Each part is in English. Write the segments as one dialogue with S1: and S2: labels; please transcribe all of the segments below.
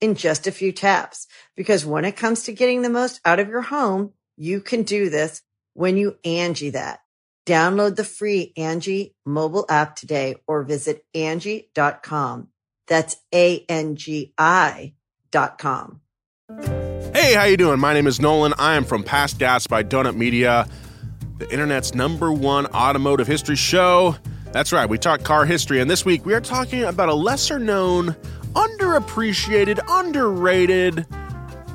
S1: in just a few taps. Because when it comes to getting the most out of your home, you can do this when you Angie that. Download the free Angie mobile app today or visit Angie.com. That's A-N-G-I dot com.
S2: Hey, how you doing? My name is Nolan. I am from Past Gas by Donut Media, the internet's number one automotive history show. That's right, we talk car history, and this week we are talking about a lesser known, underappreciated, underrated,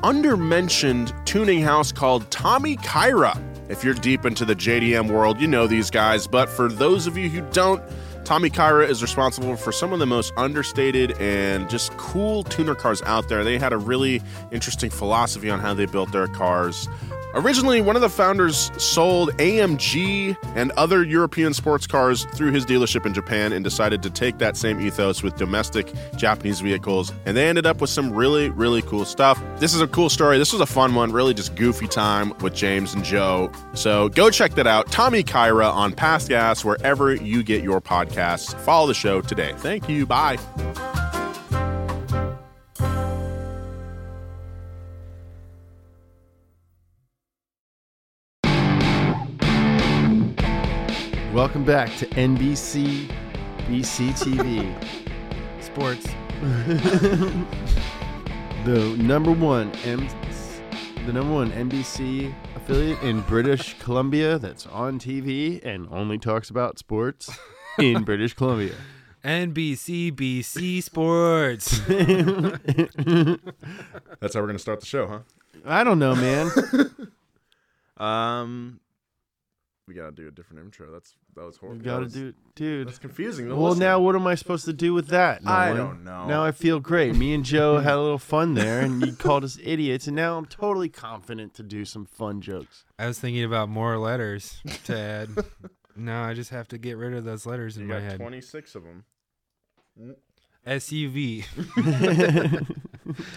S2: undermentioned tuning house called Tommy Kyra. If you're deep into the JDM world, you know these guys, but for those of you who don't, Tommy Kyra is responsible for some of the most understated and just cool tuner cars out there. They had a really interesting philosophy on how they built their cars. Originally, one of the founders sold AMG and other European sports cars through his dealership in Japan and decided to take that same ethos with domestic Japanese vehicles. And they ended up with some really, really cool stuff. This is a cool story. This was a fun one, really just goofy time with James and Joe. So go check that out. Tommy Kyra on Past Gas, wherever you get your podcasts. Follow the show today. Thank you. Bye.
S3: Welcome back to NBC BC TV Sports. the number one M- the number one NBC affiliate in British Columbia that's on TV and only talks about sports in British Columbia.
S4: NBC BC Sports.
S2: That's how we're going to start the show, huh?
S3: I don't know, man.
S2: Um, we gotta do a different intro. That's that was
S3: You
S2: horrible.
S3: gotta
S2: That was-
S3: do dude.
S2: That's confusing. The
S3: Well,
S2: listener-
S3: now what am I supposed to do with that?
S2: I
S3: Nolan?
S2: don't know.
S3: Now I feel great. Me and Joe had a little fun there, and you called us idiots, and now I'm totally confident to do some fun jokes.
S4: I was thinking about more letters to add. no, I just have to get rid of those letters in
S2: you
S4: my
S2: got
S4: head.
S2: twenty six of them.
S4: SUV,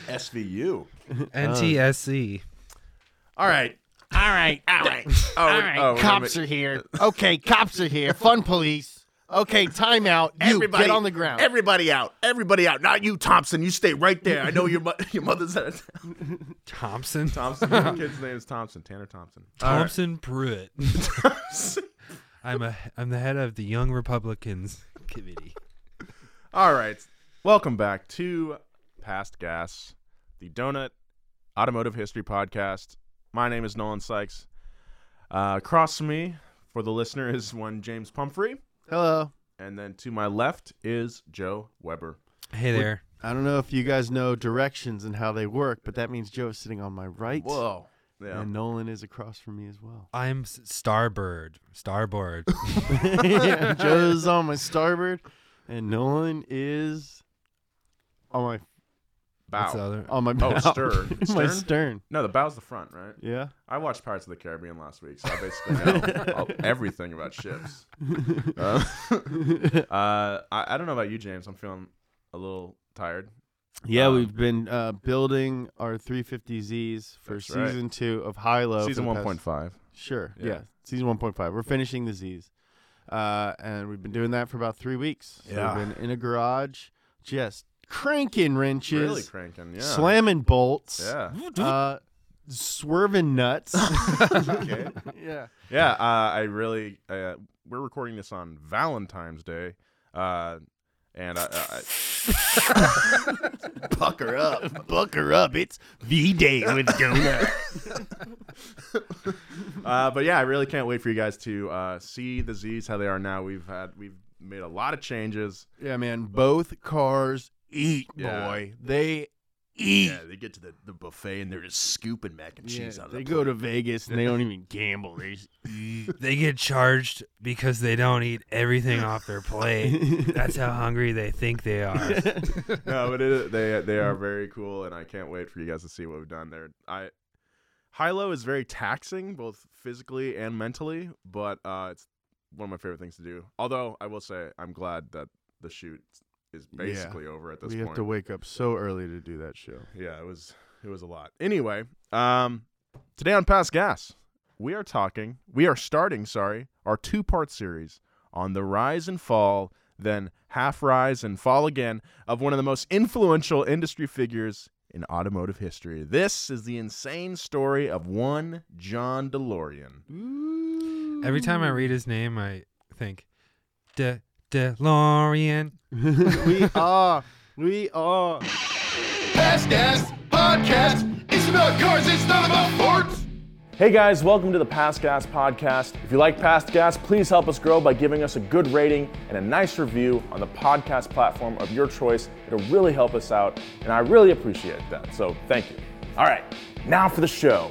S2: SVU.
S4: Uh. NTSC.
S2: All right.
S3: All right, all right,
S2: Oh, all right. oh, wait a
S3: cops
S2: minute.
S3: are here. Okay, cops are here. Fun police. Okay, timeout. You
S2: everybody
S3: get on the ground.
S2: Everybody out. Everybody out. Not you, Thompson. You stay right there. I know your mo- your mother's out of town.
S4: Thompson.
S2: Thompson. Your kid's name is Thompson. Tanner Thompson.
S4: Thompson Pruitt. I'm a I'm the head of the Young Republicans committee.
S2: All right. Welcome back to Past Gas, the Donut Automotive History Podcast. My name is Nolan Sykes. Uh, across from me, for the listener, is one James Pumphrey.
S3: Hello.
S2: And then to my left is Joe Weber.
S4: Hey there.
S3: I don't know if you guys know directions and how they work, but that means Joe's sitting on my right,
S2: Yeah.
S3: and Nolan is across from me as well.
S4: I'm s- starboard, starboard.
S3: Yeah, Joe's on my starboard, and Nolan is on my
S2: Bow.
S4: That's the other-
S3: on my
S2: Oh,
S3: bow.
S2: stern.
S3: my
S2: Stern?
S3: stern.
S2: No, the bow's the front, right?
S3: Yeah.
S2: I watched Pirates of the Caribbean last week, so I basically know all- everything about ships. Uh, uh, I, I don't know about you, James. I'm feeling a little tired.
S3: Yeah,
S2: Um,
S3: we've been uh, building our 350Zs for
S2: That's right.
S3: season two of High Low. Uh, for
S2: Season
S3: the past-
S2: 1.5.
S3: Sure.
S2: Yeah.
S3: Yeah. Season 1.5. We're finishing the Zs. Uh, and we've been doing that for about three weeks. So
S2: Yeah.
S3: We've been in a garage just cranking wrenches,
S2: Really cranking, yeah.
S3: slamming bolts,
S2: Yeah.
S3: uh, swerving nuts.
S2: okay.
S3: yeah.
S2: Yeah, uh, I really. Uh, we're recording this on Valentine's Day. Uh, And I, I,
S3: Buck her up. Buck her up. It's V Day with Donut.
S2: uh, but yeah, I really can't wait for you guys to uh, see the Z's how they are now. We've had we've made a lot of changes.
S3: yeah, man. Both cars eat,
S2: Yeah.
S3: boy. They eat.
S2: Yeah, they get to the, the buffet and they're just scooping mac and cheese
S3: Yeah,
S2: out of
S3: they
S2: the
S3: go to Vegas and they don't even gamble. They just eat.
S4: They get charged because they don't eat everything off their plate. That's how hungry they think they are.
S2: no, but it, they they are very cool, and I can't wait for you guys to see what we've done there. I Hilo is very taxing, both physically and mentally, but uh, it's one of my favorite things to do. Although I will say, I'm glad that the shoot is
S3: Yeah.
S2: basically over at this
S3: we
S2: point.
S3: have to wake up so early to do that show.
S2: Yeah, it was it was a lot. Anyway, um, today on Pass Gas, we are talking, we are starting, sorry, our two part series on the rise and fall, then half rise and fall again of one of the most influential industry figures in automotive history. This is the insane story of one John DeLorean.
S4: Every time I read his name, I think, De DeLorean.
S3: we are. Ah, We are.
S5: Past Gas Podcast. It's about cars, it's not about forts.
S2: Hey guys, welcome to the Past Gas Podcast. If you like Past Gas, please help us grow by giving us a good rating and a nice review on the podcast platform of your choice. It'll really help us out, and I really appreciate that. So thank you. All right, now for the show.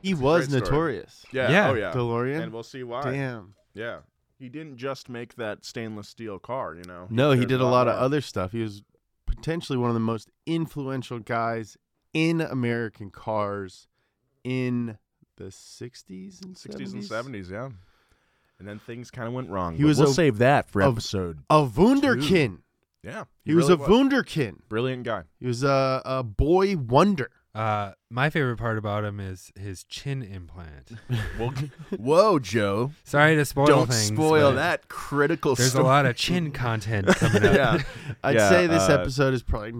S3: He was
S2: story.
S3: notorious.
S2: Yeah,
S4: Yeah.
S2: oh yeah.
S3: DeLorean?
S2: And we'll see why.
S3: Damn.
S2: Yeah. He didn't just make that stainless steel car, you know?
S3: No, he
S2: There's
S3: did a lot of
S2: more.
S3: other stuff. He was potentially one of the most influential guys in American cars in the 60s and
S2: 60s and 70s, yeah. And then things kind of went wrong.
S3: He
S2: but
S3: was
S2: we'll
S3: a-
S2: save that for
S3: a-
S2: episode.
S3: A wunderkind.
S2: Yeah.
S3: He, was
S2: really
S3: a wunderkind.
S2: Brilliant guy.
S3: He was a, a boy wonder.
S4: Uh, my favorite part about him is his chin implant.
S2: Whoa, Joe.
S4: Sorry to spoil things. but
S2: critical
S4: There's a lot of chin content coming up.
S2: yeah.
S3: I'd
S2: Yeah,
S3: say this
S2: uh,
S3: episode is probably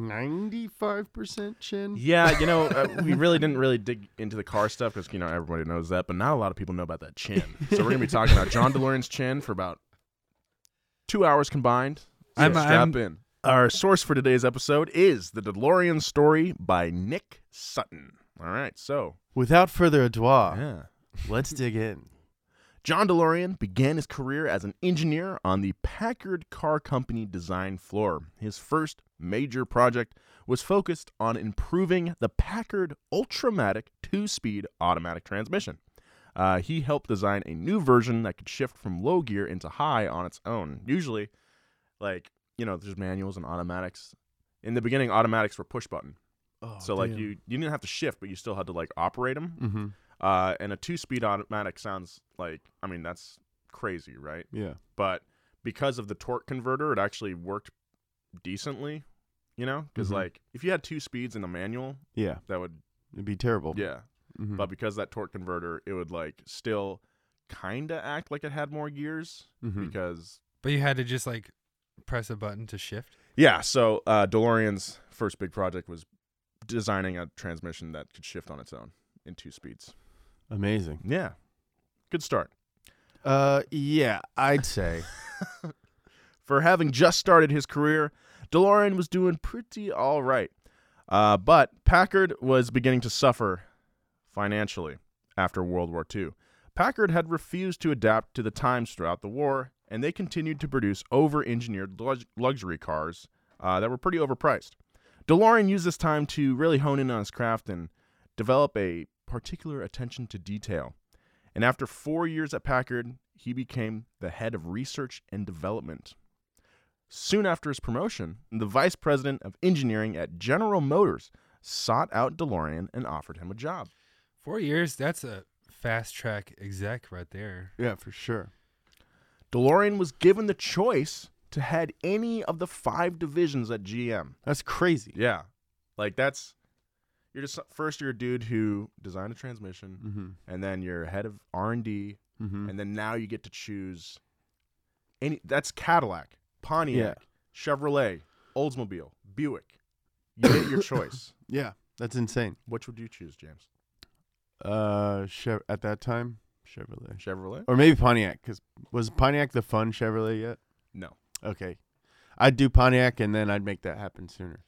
S3: 95% chin.
S2: Yeah, you know, uh, we really didn't really dig into the car stuff because you know everybody knows that, but not a lot of people know about that chin. So we're gonna be talking about John DeLorean's chin for about two hours combined. So
S4: I'm-
S2: strap
S4: I'm-
S2: in. Our source for today's episode is the DeLorean story by Nick Sutton. All right, so uh,
S3: Without further ado,
S2: yeah.
S3: let's dig in.
S2: John DeLorean began his career as an engineer on the Packard Car Company design floor. His first major project was focused on improving the Packard Ultramatic two speed automatic transmission. Uh, he helped design a new version that could shift from low gear into high on its own. Usually, like, you know, there's manuals and automatics. In the beginning, automatics were push button.
S3: Oh,
S2: so, like, you, you didn't have to shift, but you still had to, like, operate them.
S3: Mm-hmm.
S2: Uh, and a two speed automatic sounds like, I mean, that's crazy, right?
S3: Yeah.
S2: But because of the torque converter, it actually worked decently, you know? Because,
S3: Mhm.
S2: like, if you had two speeds in a manual,
S3: Yeah.
S2: that would,
S3: It'd be terrible.
S2: yeah.
S3: Mhm.
S2: But because that torque converter, it would, like, still kind of act like it had more gears
S3: Mhm.
S2: because
S4: But you had to just like press a button to shift.
S2: Yeah, so uh, DeLorean's first big project was designing a transmission that could shift on its own in two speeds.
S3: Amazing.
S2: Yeah. Good start.
S3: Uh, yeah, I'd say.
S2: For having just started his career, DeLorean was doing pretty all right. Uh, but Packard was beginning to suffer financially after World War II. Packard had refused to adapt to the times throughout the war, and they continued to produce over engineered luxury cars uh, that were pretty overpriced. DeLorean used this time to really hone in on his craft and develop a particular attention to detail. And after four years at Packard, he became the head of research and development. Soon after his promotion, the vice president of engineering at General Motors sought out DeLorean and offered him a job.
S4: Four years, that's a fast track exec right there.
S3: yeah, for sure.
S2: DeLorean was given the choice to head any of the five divisions at GM.
S3: That's crazy.
S2: Yeah. Like that's you're just first you're a dude who designed a transmission
S3: Mm-hmm.
S2: and then you're head of R&D
S3: Mm-hmm.
S2: and then now you get to choose any that's Cadillac, Pontiac, Chevrolet, Oldsmobile, Buick. You get your choice.
S3: Yeah, that's insane.
S2: Which would you choose, James?
S3: Uh, Chev- at that time, Chevrolet,
S2: Chevrolet?
S3: or maybe Pontiac, because was Pontiac the fun Chevrolet yet?
S2: No.
S3: Okay, I'd do Pontiac, and then I'd make that happen sooner.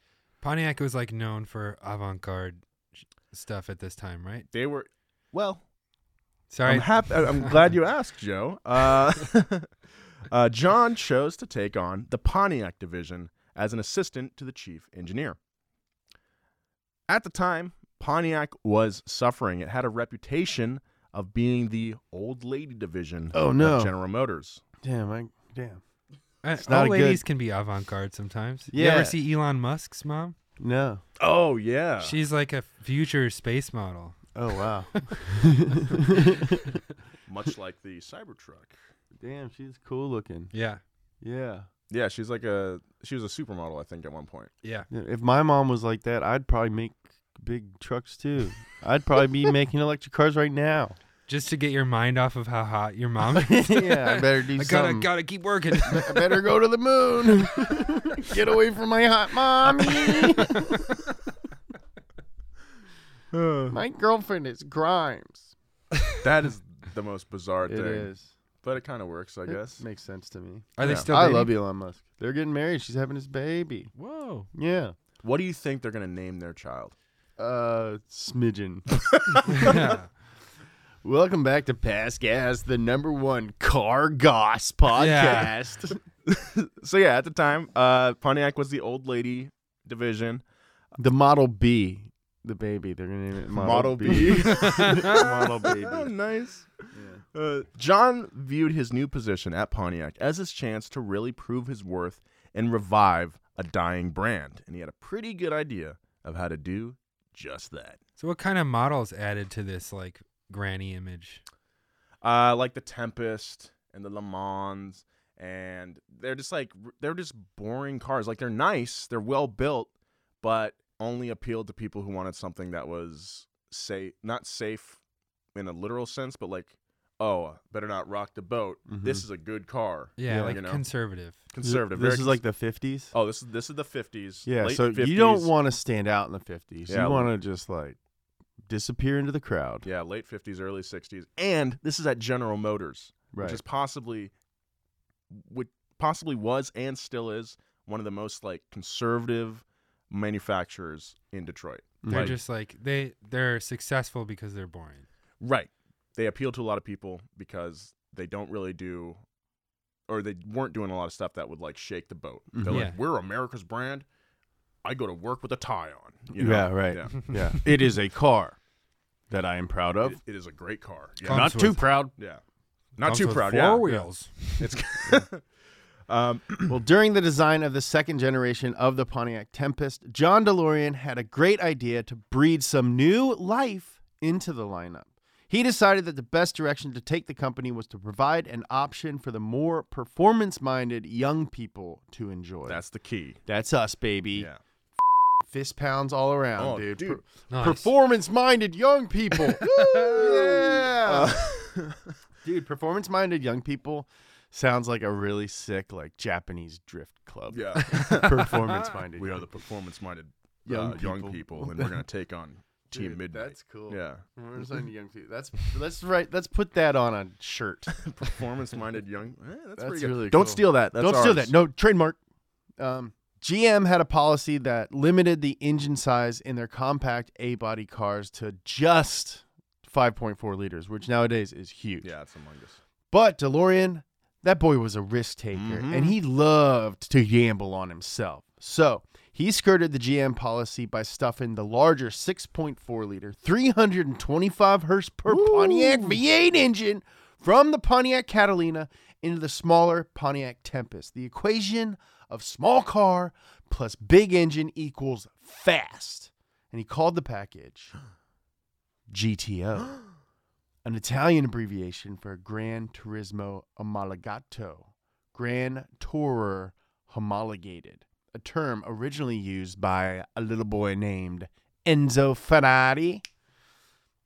S4: Pontiac was like known for avant-garde sh- stuff at this time, right?
S2: They were well.
S4: Sorry,
S2: I'm happy. I'm glad you asked, Joe. Uh, uh, John chose to take on the Pontiac division as an assistant to the chief engineer. At the time, Pontiac was suffering. It had a reputation of being the old lady division
S3: Oh,
S2: of
S3: no.
S2: General Motors.
S3: Damn, I damn.
S4: Uh,
S3: not
S4: old
S3: a good-
S4: ladies can be avant-garde sometimes. You
S3: Yeah.
S4: ever see Elon Musk's mom?
S3: No.
S2: Oh yeah.
S4: She's like a future space model.
S3: Oh wow.
S2: Much like the Cybertruck.
S3: damn, she's cool looking.
S4: Yeah,
S3: Yeah.
S2: Yeah, she's like a she was a supermodel, I think, at one point.
S4: yeah.
S3: Yeah, If my mom was like that, I'd probably make big trucks too. I'd probably be making electric cars right now.
S4: Just to get your mind off of how hot your mom is.
S3: Yeah, I better do
S4: I gotta
S3: something.
S4: gotta keep working.
S3: I better go to the moon. Get away from my hot mommy. my girlfriend is Grimes.
S2: That is the most bizarre
S3: It
S2: thing.
S3: is.
S2: But it kind of works, I
S3: It
S2: guess.
S3: makes sense to me.
S4: Are they
S2: Yeah.
S4: still?
S3: I
S4: dating?
S3: love Elon Musk. They're getting married. She's having his baby.
S4: Whoa.
S3: Yeah.
S2: What do you think they're gonna name their child?
S3: Uh, smidgen.
S4: Yeah.
S3: Welcome back to Pass Gas, the number one car goss podcast.
S2: So yeah, at the time, uh, Pontiac was the old lady division.
S3: the Model B, the baby. They're gonna name it Model, model
S2: oh,
S3: baby.
S2: nice. Uh, John viewed his new position at Pontiac as his chance to really prove his worth and revive a dying brand, and he had a pretty good idea of how to do just that.
S4: So what kind of models added to this like granny image?
S2: uh, like the Tempest and the Le Mans, and they're just like r- they're just boring cars. Like they're nice, they're well built, but only appealed to people who wanted something that was safe, not safe in a literal sense, but like oh, better not rock the boat.
S3: Mm-hmm.
S2: This is a good car.
S4: Yeah,
S2: you
S4: like
S2: know?
S4: conservative.
S2: conservative.
S3: This
S2: very
S3: is like
S2: cons-
S3: the fifties.
S2: oh, this is this is the fifties.
S3: yeah.
S2: late
S3: So
S2: 50s.
S3: you don't want to stand out in the fifties.
S2: Yeah.
S3: You want to just like disappear into the crowd.
S2: Yeah, late fifties, early sixties, and this is at General Motors,
S3: Right.
S2: which is possibly, which possibly was and still is one of the most like conservative manufacturers in Detroit.
S4: They're
S2: Like-
S4: just like they they're successful because they're boring.
S2: right. They appeal to a lot of people because they don't really do, or they weren't doing a lot of stuff that would like shake the boat. They're
S4: Mm-hmm. Yeah.
S2: like, we're America's brand. I go to work with a tie on. you know?
S3: Yeah, right.
S2: Yeah.
S3: Yeah. it is a car that I am proud of.
S2: It- it is a great car. Yeah.
S4: Comes
S3: Not too
S4: with-
S3: proud.
S2: yeah. Not
S4: comes
S2: too
S4: with
S2: proud.
S4: Four
S2: yeah.
S4: wheels.
S2: It's
S3: Well, during the design of the second generation of the Pontiac Tempest, John DeLorean had a great idea to breathe some new life into the lineup. He decided that the best direction to take the company was to provide an option for the more performance minded young people to enjoy.
S2: that's the key.
S3: That's us, baby.
S2: Yeah.
S3: Fist pounds all around,
S2: Oh,
S3: dude.
S2: dude.
S4: Nice.
S3: Performance minded young people. Woo! yeah. dude, performance minded young people sounds like a really sick, like Japanese drift club.
S2: Yeah.
S3: performance minded.
S2: we are the performance minded young,
S3: Young
S2: young
S3: people.
S2: people, and we're going to take on Team Midnight.
S3: That's cool.
S2: Yeah.
S3: Performance minded young people. That's let's write. Let's put that on a shirt.
S2: performance minded young. eh, that's
S3: That's
S2: pretty good.
S3: really
S2: Don't
S3: cool.
S2: steal that. That's
S3: Don't steal
S2: ours.
S3: that. No trademark. Um, GM had a policy that limited the engine size in their compact A-body cars to just 5.4 liters, which nowadays is huge.
S2: Yeah, it's humongous.
S3: But DeLorean, that boy was a risk taker
S2: Mhm.
S3: and he loved to gamble on himself. So he skirted the GM policy by stuffing the larger 6.4 liter, 325 horse per Pontiac V8 engine from the Pontiac Catalina into the smaller Pontiac Tempest. The equation of small car plus big engine equals fast. And he called the package GTO an Italian abbreviation for Gran Turismo Homologato, Gran Tourer Homologated, a term originally used by a little boy named Enzo Ferrari.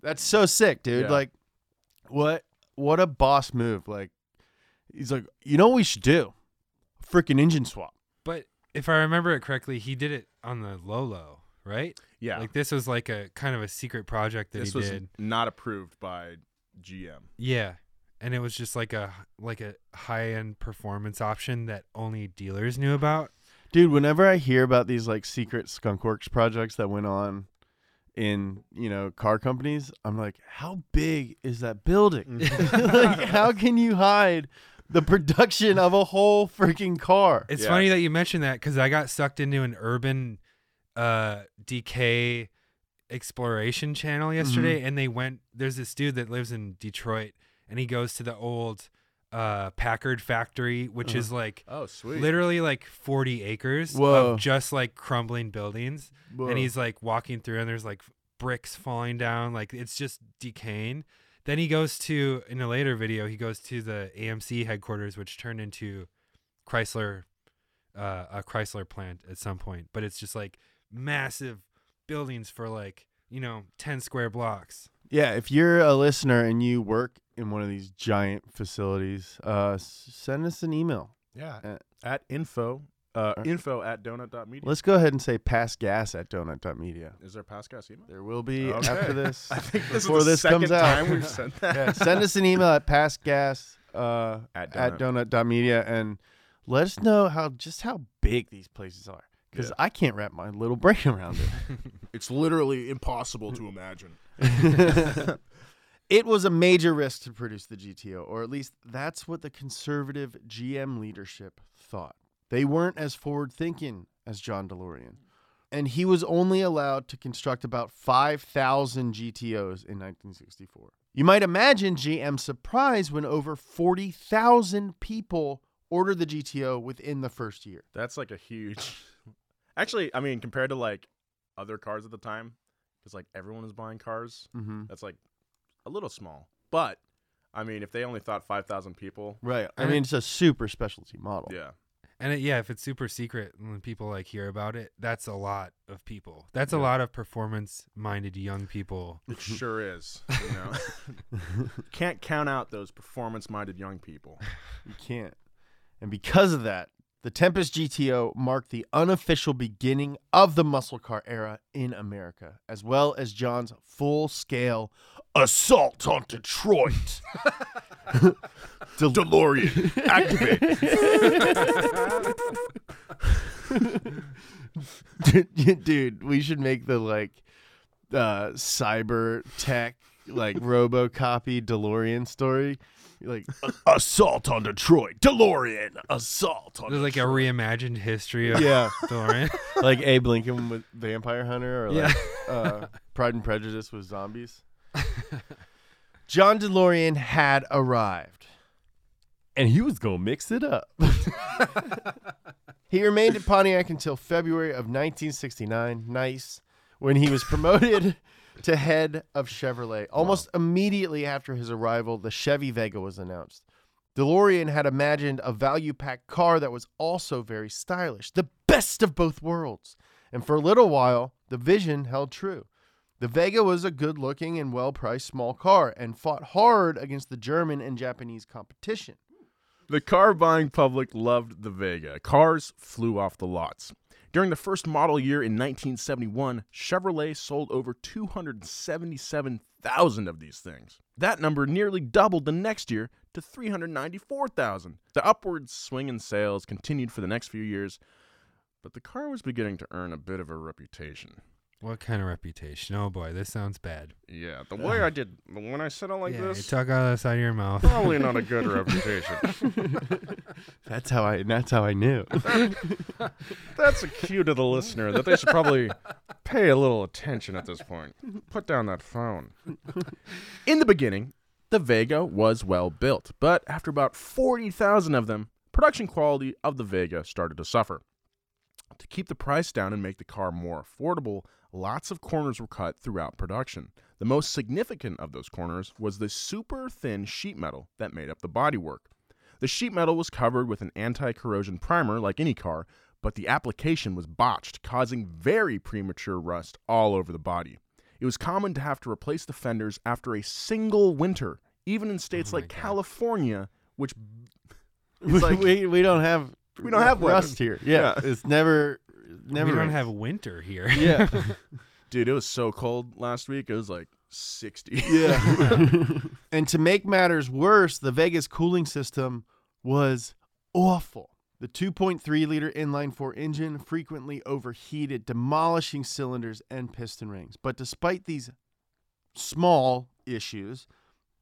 S3: That's so sick, dude.
S2: Yeah.
S3: Like, what? What a boss move! Like, he's like, you know what we should do? Freaking engine swap.
S4: But if I remember it correctly, he did it on the Lolo, right?
S2: Yeah.
S4: Like this was like a kind of a secret project that
S2: this
S4: he
S2: was
S4: did.
S2: not approved by GM.
S4: Yeah. and it was just like a like a high end performance option that only dealers knew about.
S3: Dude, whenever I hear about these like secret skunk works projects that went on in, you know, car companies, I'm like, how big is that building? like how can you hide the production of a whole freaking car?
S4: It's
S2: Yeah.
S4: funny that you mentioned that because I got sucked into an urban uh, decay exploration
S2: Mm-hmm.
S4: channel yesterday, and they went. There's this dude that lives in Detroit, and he goes to the old uh, Packard factory, which is like
S2: Oh, sweet.
S4: literally like 40 acres
S3: Whoa.
S4: of just like crumbling buildings,
S3: Whoa.
S4: and he's like walking through, and there's like bricks falling down, like it's just decaying. Then he goes to in a later video, he goes to the AMC headquarters, which turned into Chrysler, uh, a Chrysler plant at some point, but it's just like massive buildings for like you know ten square blocks.
S3: Yeah, if you're a listener and you work in one of these giant facilities, uh, s- send us an email.
S2: Yeah.
S3: Uh,
S2: at info, uh, info at donut.media.
S3: Let's go ahead and say pass gas at donut.media.
S2: Is there Pascal's email?
S3: There will be
S2: Okay.
S3: after this.
S2: I think this
S3: before
S2: is the
S3: this
S2: second
S3: comes
S2: time
S3: out.
S2: we've sent that.
S3: Yeah, send us an email at passgas uh,
S2: At
S3: at donut.media and let us know how just how big these places are because I can't wrap my little brain around it.
S2: It's literally impossible to imagine.
S3: It was a major risk to produce the GTO, or at least that's what the conservative GM leadership thought. They weren't as forward thinking as John DeLorean. And he was only allowed to construct about 5,000 GTOs in 1964. You might imagine GM's surprise when over 40,000 people ordered the GTO within the first year.
S2: That's like a huge. Actually, I mean, compared to like other cars at the time, because like everyone was buying cars,
S3: Mm-hmm.
S2: that's like a little small. But I mean, if they only thought five thousand people,
S3: Right. I mean, it's a super specialty model.
S2: yeah,
S4: And it, yeah, if it's super secret and when people like hear about it, that's a lot of people. That's a lot of performance-minded young people.
S2: it sure is. You know, can't count out those performance-minded young people.
S3: You can't. And because of that, the Tempest GTO marked the unofficial beginning of the muscle car era in America, as well as John's full scale assault on Detroit. Del-
S2: DeLorean, activate.
S3: Dude, we should make the like uh, cyber tech, like Robocopy DeLorean story. Like, assault on Detroit. DeLorean, assault on
S4: There's like a reimagined history of
S3: Yeah.
S4: DeLorean.
S3: like Abe Lincoln with Vampire Hunter, or like
S4: Yeah.
S3: uh, Pride and Prejudice with zombies. John DeLorean had arrived, and he was gonna mix it up. he remained at Pontiac until February of 1969. Nice, when he was promoted. To head of Chevrolet. Almost immediately after his arrival, the Chevy Vega was announced. DeLorean had imagined a value packed car that was also very stylish, the best of both worlds. And for a little while, the vision held true. The Vega was a good looking and well priced small car and fought hard against the German and Japanese competition.
S2: The car buying public loved the Vega. Cars flew off the lots. During the first model year in 1971, Chevrolet sold over 277,000 of these things. That number nearly doubled the next year to 394,000. The upward swing in sales continued for the next few years, but the car was beginning to earn a bit of a reputation.
S4: what kind of reputation? Oh boy, this sounds bad.
S2: Yeah, the way I did when I said it like
S4: yeah, you
S2: this,
S4: talk out of the side of your mouth.
S2: probably not a good reputation.
S3: That's how I that's how I knew.
S2: That's a cue to the listener that they should probably pay a little attention at this point. Put down that phone. In the beginning, the Vega was well built, but after about 40,000 of them, production quality of the Vega started to suffer. To keep the price down and make the car more affordable, lots of corners were cut throughout production. The most significant of those corners was the super thin sheet metal that made up the bodywork. The sheet metal was covered with an anti corrosion primer like any car, but the application was botched, causing very premature rust all over the body. It was common to have to replace the fenders after a single winter, even in states
S4: Oh my
S2: like
S4: God.
S2: California, which
S3: we, we, we don't have
S2: We don't have weather.
S3: rust here. Yeah, It's never never
S4: we don't
S3: rains.
S4: have winter here.
S3: Yeah.
S2: Dude, it was so cold last week. It was like 60.
S3: Yeah. and to make matters worse, the Vega's cooling system was awful. The 2.3 liter inline four engine frequently overheated, demolishing cylinders and piston rings. But despite these small issues,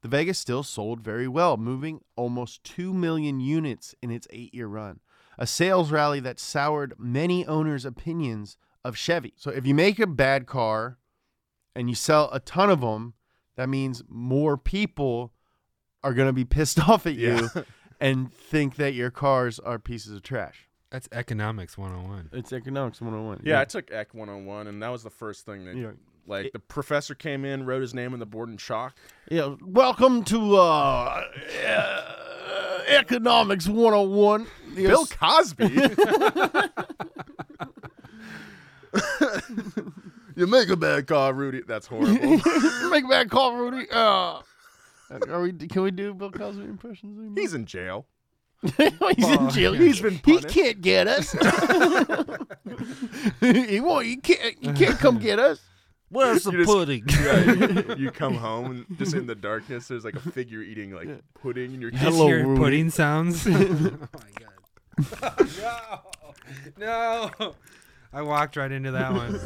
S3: the Vega still sold very well, moving almost 2 million units in its eight year run. A sales rally that soured many owners' opinions of Chevy. So, if you make a bad car and you sell a ton of them, that means more people are going to be pissed off at you
S2: Yeah.
S3: and think that your cars are pieces of trash.
S4: That's economics 101.
S3: It's economics 101.
S2: Yeah, I took Ec 101, and that was the first thing that,
S3: Yeah.
S2: like, the professor came in, wrote his name on the board in chalk.
S3: Yeah, welcome to uh, uh, Economics 101. Yes.
S2: Bill Cosby? you make a bad call, Rudy. That's horrible.
S3: Make that call, Rudy. Uh, are we? Can we do Bill Cosby impressions anymore?
S2: He's in jail.
S3: He's in jail.
S2: He's been
S3: He
S2: punished.
S3: can't get us. he won't. He can't. He can't come get us.
S4: Where's
S2: You just-
S4: pudding?
S2: Yeah, you come home and just in the darkness, there's like a figure eating like pudding, and you're
S4: Just
S3: Hello,
S4: hear
S3: Rudy.
S4: pudding sounds. oh my god. no. No. I walked right into that one.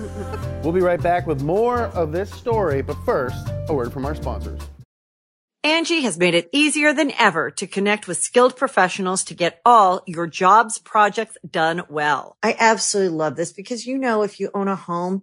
S3: We'll be right back with more of this story, but first, a word from our sponsors.
S1: Angie has made it easier than ever to connect with skilled professionals to get all your jobs projects done well. I absolutely love this because, you know, if you own a home,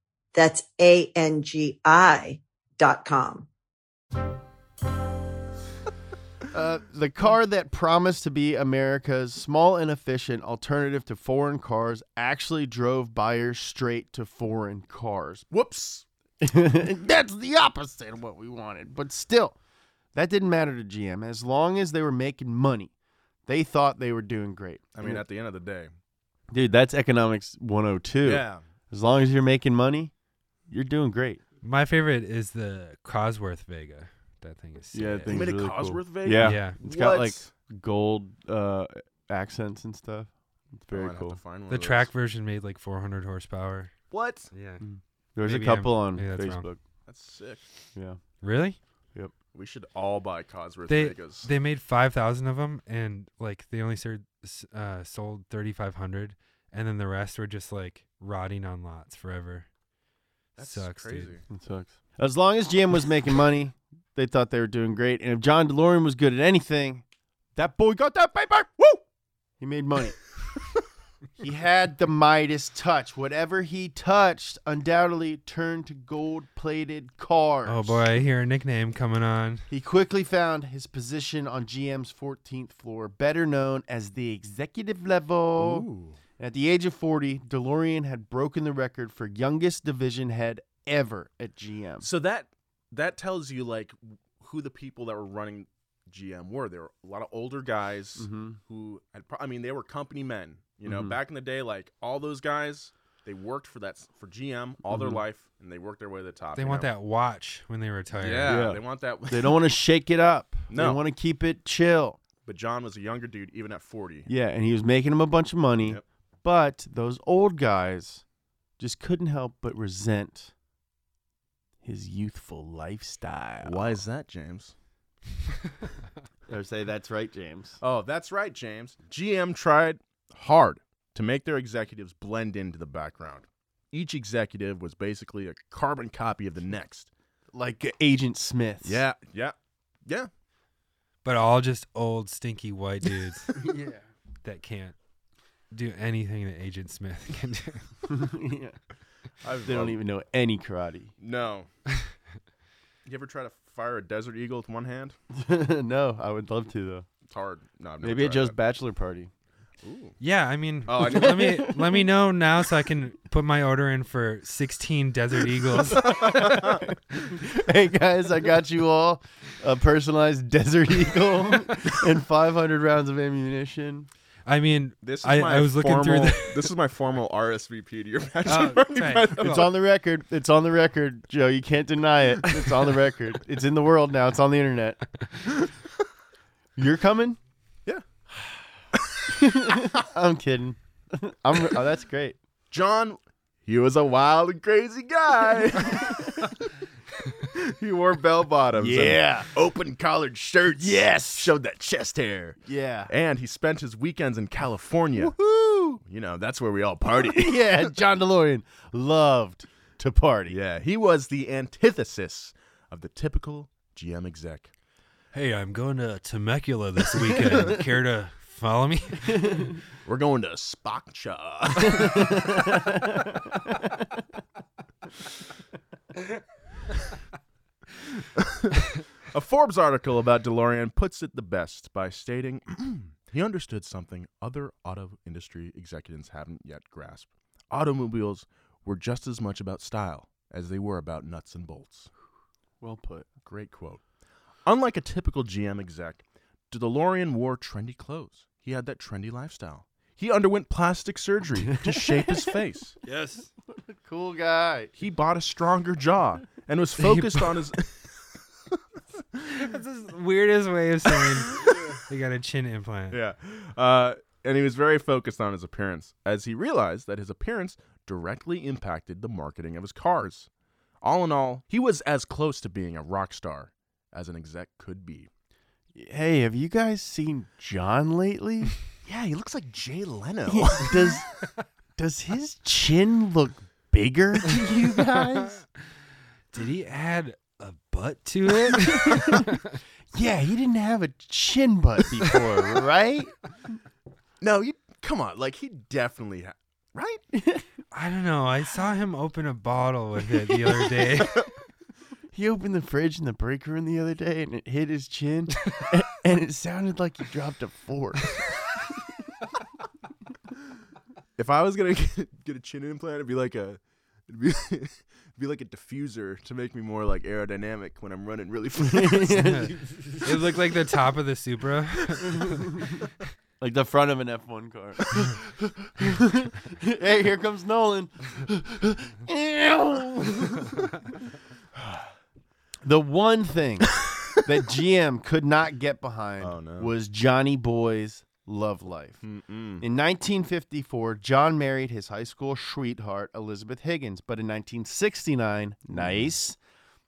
S1: That's A-N-G-I dot com.
S3: Uh, the car that promised to be America's small and efficient alternative to foreign cars actually drove buyers straight to foreign cars.
S2: Whoops.
S3: That's the opposite of what we wanted. But still, that didn't matter to GM. As long as they were making money, they thought they were doing great.
S2: I mean, at the end of the day,
S3: dude, that's economics 102.
S2: yeah.
S3: As long as you're making money, you're doing great.
S4: My favorite is the Cosworth Vega. That thing is sick.
S3: Yeah, that
S2: They
S3: thing-
S2: made a
S3: really cool.
S2: Cosworth Vega.
S3: Yeah.
S4: Yeah.
S3: It's
S2: What?
S3: got like gold uh, accents and stuff. It's
S2: Oh, I'd
S3: very
S2: have to
S3: cool.
S2: find one
S4: The
S2: of those.
S4: track version made like 400 horsepower.
S2: What?
S4: Yeah.
S3: There's
S4: Maybe
S3: a couple
S4: I'm-
S3: on
S4: maybe that's wrong.
S3: Facebook.
S2: That's sick.
S3: Yeah.
S4: Really?
S2: We should all buy Cosworth
S4: They
S2: Vegas.
S4: they made 5,000 of them and like they only ser- s- uh, sold 3,500 and then the rest were just like rotting on lots forever.
S2: That's
S4: sucks, dude.
S2: crazy.
S3: It sucks. As long as GM was making money, they thought they were doing great. And if John DeLorean was good at anything, that boy got that paper. Woo! He made money. he had the Midas touch. Whatever he touched undoubtedly turned to gold plated cars.
S4: Oh boy, I hear a nickname coming on.
S3: He quickly found his position on GM's 14th floor, better known as the executive level. At the age of 40, DeLorean had broken the record for youngest division head ever at GM.
S2: So that that tells you like who the people that were running GM were. There were a lot of older guys
S3: Mhm.
S2: who had pro- I mean they were company men. You know,
S3: Mhm.
S2: back in the day, like all those guys, they worked for that s- for GM all their
S3: Mhm.
S2: life, and they worked their way to the top.
S4: They
S2: you
S4: want
S2: know?
S4: that watch when they retire.
S2: Yeah,
S3: Yeah.
S2: they want that.
S3: They don't want to shake it up.
S2: No.
S3: They want to keep it chill.
S2: but John was a younger dude, even at forty.
S3: Yeah, and he was making him a bunch of money.
S2: Yep.
S3: But those old guys just couldn't help but resent his youthful lifestyle.
S2: is that, James?
S3: Or say that's right, James.
S2: Oh, that's right, James. GM tried hard to make their executives blend into the background. Each executive was basically a carbon copy of the next.
S3: like uh, Agent Smith.
S2: Yeah, yeah, yeah.
S4: but all just old stinky white dudes
S3: yeah.
S4: that can't do anything that Agent Smith can do.
S3: yeah. They don't even know any karate.
S2: No. you ever try to fire a desert eagle with one hand?
S3: no, I would love to though.
S2: It's hard. No, I've never
S3: Maybe at
S2: tried
S3: Joe's
S2: that.
S3: bachelor party.
S4: Yeah, I mean,
S2: Oh, I didn't-
S4: let me let me know now so I can put my order in for 16 Desert Eagles.
S3: hey guys, I got you all a personalized Desert Eagle and 500 rounds of ammunition.
S4: I mean,
S2: This is
S4: I,
S2: my
S4: I was looking
S2: formal,
S4: through the
S2: this is my formal RSVP to your bachelor
S4: Oh,
S2: party.
S4: right.
S2: by the
S3: It's
S2: way.
S3: on the record. It's on the record, Joe. You can't deny it. It's on the record. It's in the world now. It's on the internet. You're coming?
S2: Yeah.
S3: I'm kidding. I'm. Oh, that's great.
S2: John, he was a wild and crazy guy. he wore bell bottoms. and Open collared shirts. Yes. Showed that chest hair.
S3: Yeah.
S2: And he spent his weekends in California.
S3: Woo.
S2: You know, that's where we all party.
S3: Yeah. John DeLorean loved to party.
S2: yeah, he was the antithesis of the typical GM exec.
S4: Hey, I'm going to Temecula this weekend. Care to follow me?
S2: We're going to Spacha. A Forbes article about DeLorean puts it the best by stating he understood something other auto industry executives haven't yet grasped. Automobiles were just as much about style as they were about nuts and bolts.
S3: Well put.
S2: Great quote. Unlike a typical GM exec, DeLorean wore trendy clothes. He had that trendy lifestyle. He underwent plastic surgery to shape his face.
S4: Yes.
S3: Cool guy.
S2: He bought a stronger jaw and was focused on his.
S4: That's the weirdest way of saying they got a chin implant.
S2: yeah. Uh, and he was very focused on his appearance, as he realized that his appearance directly impacted the marketing of his cars. All in all, he was as close to being a rock star as an exec could be.
S3: Hey, have you guys seen John lately?
S2: Yeah, he looks like Jay Leno.
S3: does does his chin look bigger to you guys?
S4: Did he add a butt to it?
S3: Yeah, he didn't have a chin butt before, right?
S2: No, you come on. Like he definitely, ha- right?
S4: I don't know. I saw him open a bottle with it the other day.
S3: He opened the fridge in the break room the other day and it hit his chin a- and it sounded like he dropped a fork.
S2: If I was gonna get, get a chin implant, it'd be like a, it'd be, it'd be like a diffuser to make me more like aerodynamic when I'm running really fast.
S4: it looked like the top of the Supra.
S3: Like the front of an F1 car. hey, here comes Nolan. the one thing that GM could not get behind
S2: Oh, no.
S3: was Johnny Boy's love life.
S2: Mm-mm.
S3: In 1954, John married his high school sweetheart, Elizabeth Higgins, but in 1969,
S2: Hmm.
S3: nice,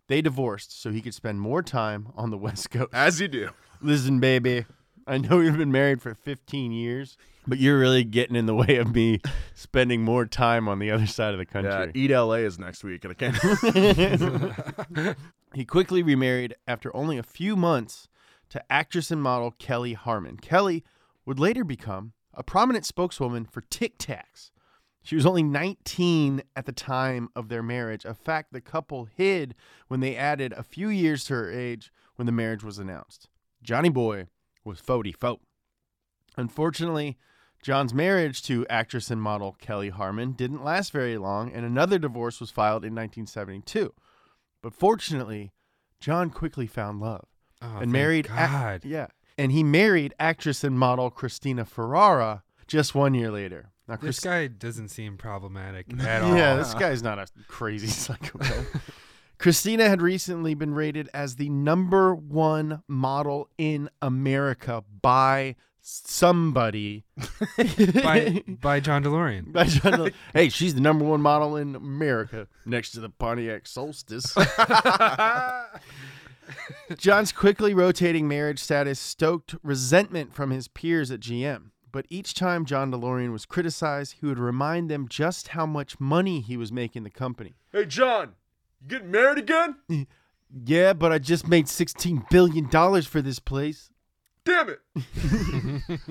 S3: they divorced so he could spend more time on the West Coast.
S2: As you do.
S3: Listen, baby, I know you've been married for 15 years, but you're really getting in the way of me spending more time on the other side of the
S2: Yeah,
S3: country.
S2: Eat LA is next week, and I can't.
S3: He quickly remarried after only a few months to actress and model Kelly Harmon. Kelly would later become a prominent spokeswoman for Tic Tacs. She was only 19 at the time of their marriage, a fact the couple hid when they added a few years to her age when the marriage was announced. Johnny Boy was 44. Unfortunately, John's marriage to actress and model Kelly Harmon didn't last very long, and another divorce was filed in 1972. But fortunately, John quickly found love
S4: Oh,
S3: and
S4: thank
S3: married. ac-
S4: God.
S3: yeah, and he married actress and model Christina Ferrara just one year later. Now,
S4: This
S3: Christina
S4: guy doesn't seem problematic at all.
S3: yeah, this guy's not a crazy psychopath. Christina had recently been rated as the number one model in America by somebody.
S4: by, by John DeLorean.
S3: By John Lewis. hey, she's the number one model in America next to the Pontiac Solstice. John's quickly rotating marriage status stoked resentment from his peers at GM. But each time John DeLorean was criticized, he would remind them just how much money he was making the company.
S2: hey, John, you getting married again?
S3: Yeah, but I just made $16 billion for this place.
S5: Damn it.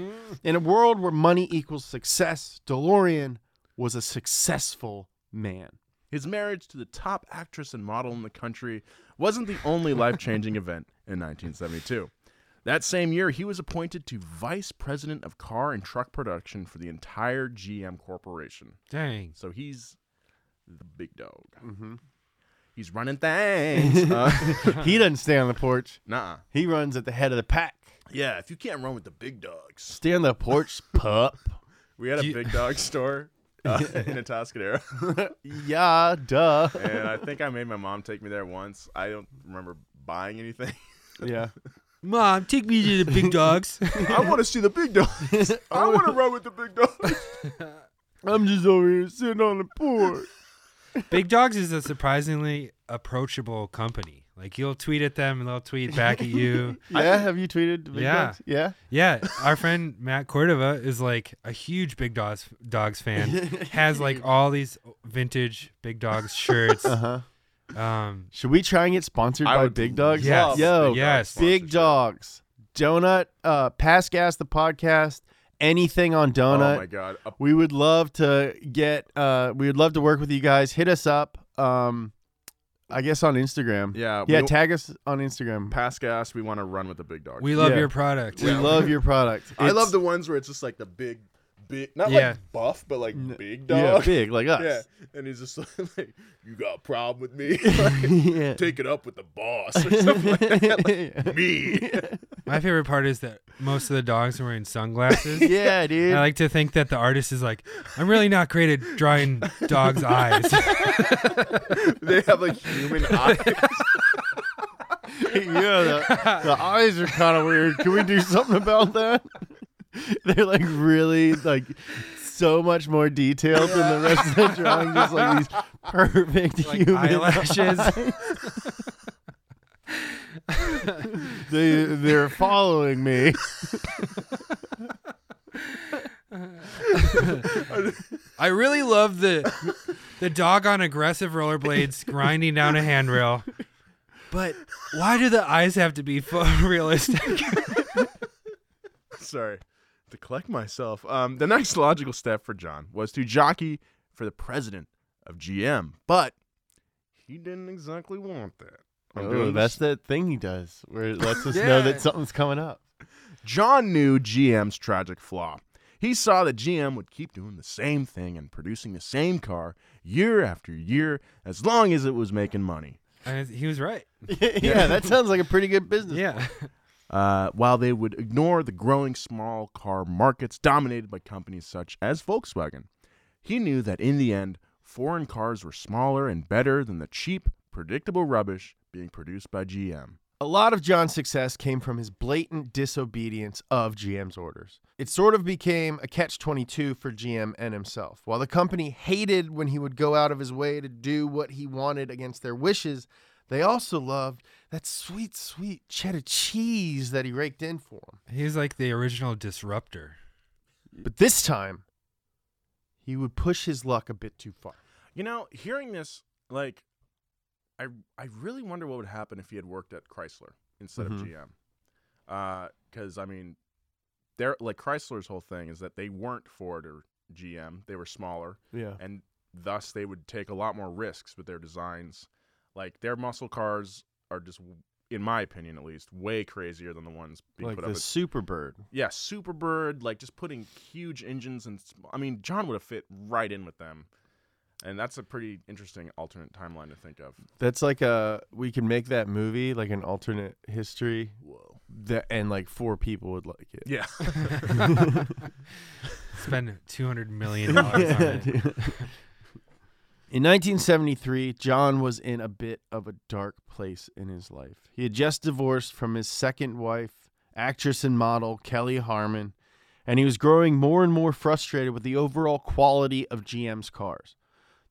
S3: In a world where money equals success, DeLorean was a successful man.
S2: His marriage to the top actress and model in the country wasn't the only life changing event in 1972. That same year, he was appointed to vice president of car and truck production for the entire GM Corporation.
S4: Dang.
S2: So he's the big dog. He's running things. Uh,
S3: He doesn't stay on the porch.
S2: nah.
S3: He runs at the head of the pack.
S2: Yeah, if you can't run with the big dogs.
S3: Stay on the porch, pup.
S2: We had a
S4: Do you-
S2: big dog store uh, in Atascadero.
S3: Yeah, duh.
S2: and I think I made my mom take me there once. I don't remember buying anything.
S3: Yeah.
S4: Mom, take me to the big dogs.
S2: I want to see the big dogs. I want to run with the big dogs.
S3: I'm just over here sitting on the porch.
S4: big dogs is a surprisingly approachable company. Like you'll tweet at them and they'll tweet back at you.
S3: Yeah, have you tweeted? to Big
S4: Yeah.
S3: Dogs? Yeah.
S4: Yeah, our friend Matt Cordova is like a huge Big Dogs Dogs fan. Has like all these vintage Big Dogs shirts.
S3: Uh huh.
S4: Um,
S3: Should we try and get sponsored
S2: I
S3: by
S2: would
S3: Big Dogs?
S4: yes,
S3: Yo,
S4: yes.
S3: Big Dogs, Donut, uh, Pass Gas, the podcast, anything on
S2: Oh
S3: Donut.
S2: my god. A-
S3: We would love to get. Uh, we would love to work with you guys. Hit us up. Um, I guess on Instagram.
S2: Yeah,
S3: Yeah.
S2: we-
S3: Tag us on Instagram.
S2: Pass gas. We want to run with the big dogs.
S4: we love
S3: Yeah.
S4: your product.
S3: We love your product.
S2: I
S3: It's-
S2: love the ones where it's just like the big, big, not
S4: Yeah.
S2: like buff, but like big
S3: Yeah,
S2: dog.
S3: big like
S2: Yeah.
S3: us.
S2: And he's just like, you got a problem with me? Like,
S3: Yeah.
S2: Take it up with the boss or something like that. Like, me.
S4: My favorite part is that most of the dogs are wearing sunglasses.
S3: yeah, dude.
S4: I like to think that the artist is like, I'm really not great at drawing dogs' eyes.
S2: they have like human eyes.
S3: yeah, the, the eyes are kind of weird. Can we do something about that? They're like really like so much more detailed than the rest of the drawing. Just like these perfect
S4: like
S3: human
S4: eyelashes.
S3: They they're following me.
S4: I really love the the dog on aggressive rollerblades grinding down a handrail. But why do the eyes have to be photorealistic?
S2: Sorry. To collect myself. Um, the next logical step for John was to jockey for the president of GM, but he didn't exactly want that. I'm
S3: Oh,
S2: doing
S3: that's
S2: this-
S3: that thing he does where it lets us know
S4: Yeah.
S3: that something's coming up.
S2: John knew GM's tragic flaw. He saw that GM would keep doing the same thing and producing the same car year after year as long as it was making money.
S4: and he was right.
S3: yeah, that sounds like a pretty good business.
S4: Yeah.
S2: uh, while they would ignore the growing small car markets dominated by companies such as Volkswagen. He knew that in the end, foreign cars were smaller and better than the cheap, predictable rubbish being produced by GM.
S3: A lot of John's success came from his blatant disobedience of GM's orders. It sort of became a catch 22 for GM and himself. While the company hated when he would go out of his way to do what he wanted against their wishes, they also loved that sweet, sweet cheddar cheese that he raked in for them.
S4: He's like the original disruptor.
S3: But this time, he would push his luck a bit too far.
S2: You know, hearing this, like, I I really wonder what would happen if he had worked at Chrysler instead
S3: Mhm.
S2: of GM, because I mean, they're like Chrysler's whole thing is that they weren't Ford or GM; they were smaller.
S3: Yeah.
S2: and thus they would take a lot more risks with their designs. Like their muscle cars are just, in my opinion at least, way crazier than the ones being
S3: Like
S2: put
S3: the
S2: up. at-
S3: Superbird.
S2: yeah, Superbird, like just putting huge engines and sm- I mean, John would have fit right in with them, and that's a pretty interesting alternate timeline to think of.
S3: That's like a, we can make that movie like an alternate history
S2: Whoa.
S3: that, and like four people would like it.
S2: Yeah.
S4: Spend two hundred million dollars on
S3: Yeah,
S4: it.
S3: dude. In 1973, John was in a bit of a dark place in his life. He had just divorced from his second wife, actress and model Kelly Harmon, and he was growing more and more frustrated with the overall quality of GM's cars.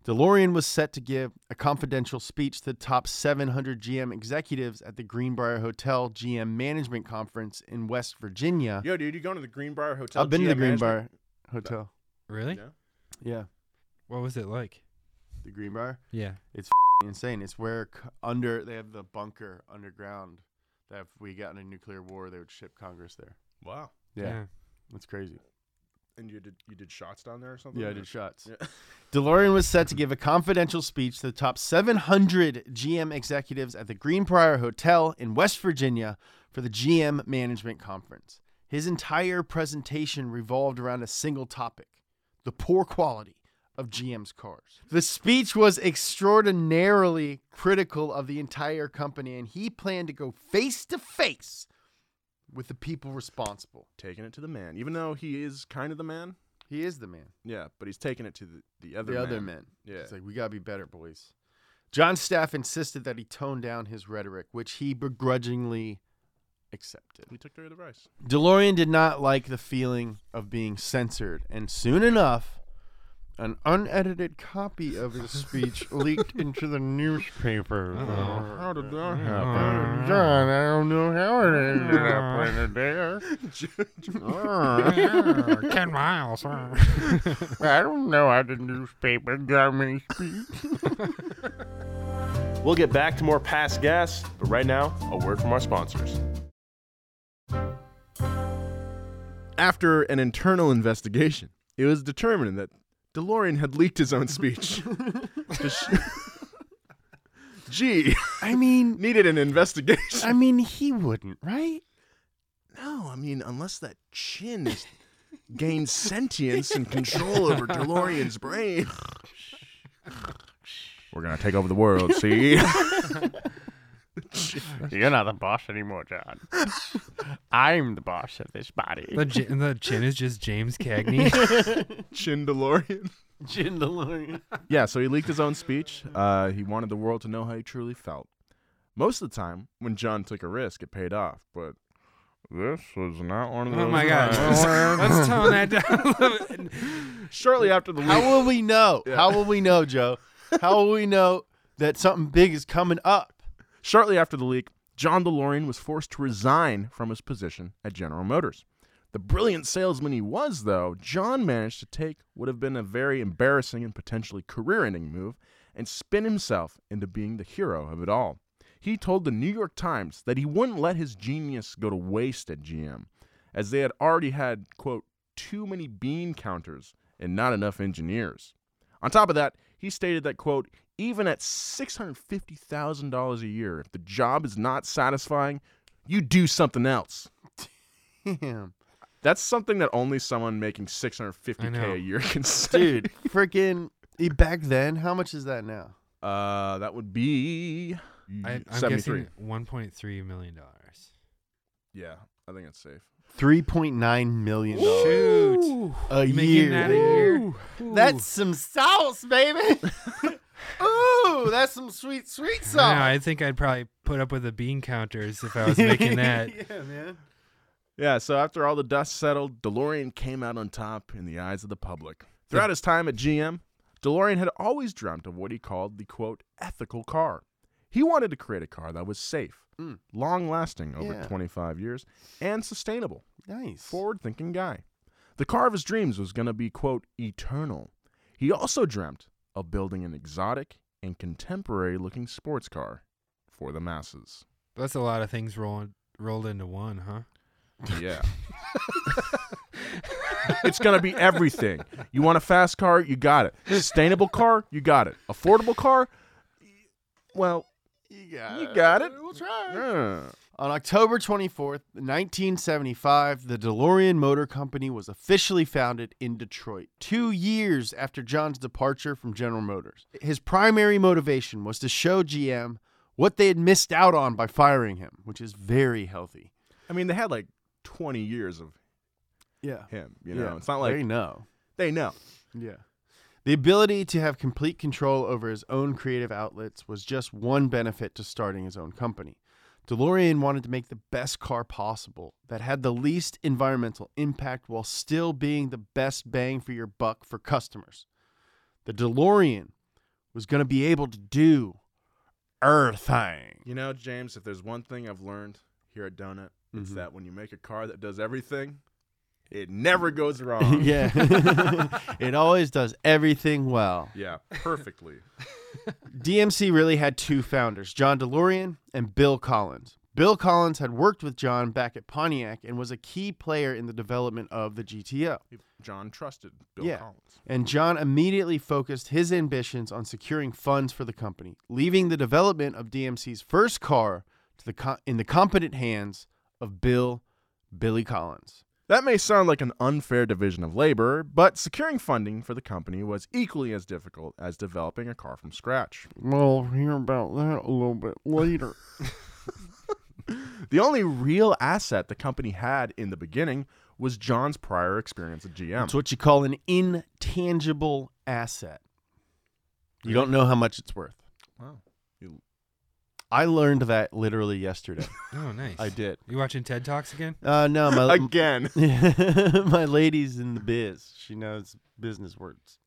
S3: DeLorean was set to give a confidential speech to the top 700 GM executives at the Greenbrier Hotel GM Management Conference in West Virginia.
S2: Yo, dude, you going to the Greenbrier Hotel?
S3: I've been to the
S2: GM
S3: Greenbrier
S2: management?
S3: Hotel.
S4: Really?
S2: Yeah.
S3: Yeah,
S4: What was it like?
S3: the Greenbrier.
S4: Yeah.
S3: It's insane. It's where c- under they have the bunker underground that if we got in a nuclear war, they would ship Congress there.
S2: Wow.
S3: Yeah, that's crazy.
S2: And you did you did shots down there or something?
S3: Yeah, I did
S2: Or-
S3: shots.
S2: Yeah.
S3: DeLorean was set to give a confidential speech to the top 700 GM executives at the Greenbrier Hotel in West Virginia for the GM Management Conference. His entire presentation revolved around a single topic the poor quality of GM's cars. The speech was extraordinarily critical of the entire company, and he planned to go face to face with the people responsible.
S2: Taking it to the man, even though he is kind of the man.
S3: He is the man.
S2: Yeah, but he's taking it to the, the other
S3: the
S2: man.
S3: other men.
S2: Yeah.
S3: It's like, we got to be better, boys. John Staff insisted that he tone down his rhetoric, which he begrudgingly accepted.
S2: We took their advice.
S3: DeLorean did not like the feeling of being censored, and soon enough, an unedited copy of his speech leaked into the newspaper.
S2: How did that
S3: John, I don't know how it ended up in there. Uh-huh.
S4: Ten miles.
S3: I don't know how the newspaper got me speech.
S6: We'll get back to more past gas, but right now, a word from our sponsors.
S2: After an internal investigation, it was determined that DeLorean had leaked his own speech. To sh- Gee,
S3: I mean,
S2: needed an investigation.
S3: I mean, he wouldn't, right?
S2: No, I mean, unless that chin is gained sentience and control over DeLorean's brain. We're gonna take over the world, see?
S3: You're not the boss anymore, John. I'm the boss of this body.
S4: The, gi- the chin is just James Cagney.
S2: chin DeLorean.
S3: Jin DeLorean.
S2: Yeah, so he leaked his own speech. Uh, he wanted the world to know how he truly felt. Most of the time, when John took a risk, it paid off, but this was not one of
S4: oh my gosh. Let's tone that down a little bit.
S2: Shortly after the
S3: How
S2: leak,
S3: will we know? How will we know, Joe? How will we know that something big is coming up?
S2: shortly after the leak, John DeLorean was forced to resign from his position at General Motors. The brilliant salesman he was, though, John managed to take what would have been a very embarrassing and potentially career-ending move and spin himself into being the hero of it all. He told the New York Times that he wouldn't let his genius go to waste at GM, as they had already had, quote, too many bean counters and not enough engineers. On top of that, he stated that, quote, even at $650,000 a year, if the job is not satisfying, you do something else.
S3: Damn.
S2: That's something that only someone making
S4: I know.
S2: 650K a year can say.
S3: Dude, freaking eh, back then, how much is that now?
S2: Uh, that would be
S4: I, I'm
S2: 73.
S4: guessing 1.3 million dollars.
S2: Yeah, I think it's safe.
S3: Three point nine million dollars
S4: Shoot.
S3: a
S4: Making
S3: year.
S4: that a year.
S3: That's some sauce, baby. Ooh, that's some sweet, sweet
S4: I, don't know,
S3: sauce.
S4: I think I'd probably put up with the bean counters if I was making that.
S3: yeah, man.
S2: Yeah, so after all the dust settled, DeLorean came out on top in the eyes of the public. Throughout his time at GM, DeLorean had always dreamt of what he called the quote ethical car. He wanted to create a car that was safe,
S3: Mm.
S2: long lasting over
S3: Yeah.
S2: 25 years, and sustainable.
S3: Nice.
S2: Forward thinking guy. The car of his dreams was going to be quote eternal. He also dreamt of building an exotic and contemporary looking sports car for the masses.
S4: That's a lot of things rolling rolled into one, huh?
S2: Yeah. it's going to be everything. You want a fast car? You got it. Sustainable car? You got it. Affordable car? Well,
S3: You got
S2: you got it.
S3: Uh, We'll try.
S2: Yeah.
S3: On October 24th, 1975, the DeLorean Motor Company was officially founded in Detroit, two years after John's departure from General Motors. His primary motivation was to show GM what they had missed out on by firing him, which is very healthy.
S2: I mean, they had like 20 years of
S3: Yeah.
S2: him, you know. It's not like
S3: They know.
S2: they know.
S3: Yeah. The ability to have complete control over his own creative outlets was just one benefit to starting his own company. DeLorean wanted to make the best car possible that had the least environmental impact while still being the best bang for your buck for customers. The DeLorean was going to be able to do everything.
S2: You know, James, if there's one thing I've learned here at Donut, it's
S3: Mhm.
S2: that when you make a car that does everything, It never goes wrong.
S3: yeah. it always does everything well.
S2: Yeah, perfectly.
S3: DMC really had two founders, John DeLorean and Bill Collins. Bill Collins had worked with John back at Pontiac and was a key player in the development of the GTO.
S2: John trusted Bill
S3: Yeah.
S2: Collins.
S3: And John immediately focused his ambitions on securing funds for the company, leaving the development of DMC's first car to the co- in the competent hands of Bill Billy Collins.
S2: That may sound like an unfair division of labor, but securing funding for the company was equally as difficult as developing a car from scratch.
S3: We'll hear about that a little bit later.
S2: The only real asset the company had in the beginning was John's prior experience at GM.
S3: It's what you call an intangible asset. You don't know how much it's worth.
S2: Wow. You-
S3: I learned that literally yesterday.
S4: Oh, nice.
S3: I did.
S4: You watching TED Talks again?
S3: Uh, no, my
S2: Again.
S3: my lady's in the biz. She knows business words.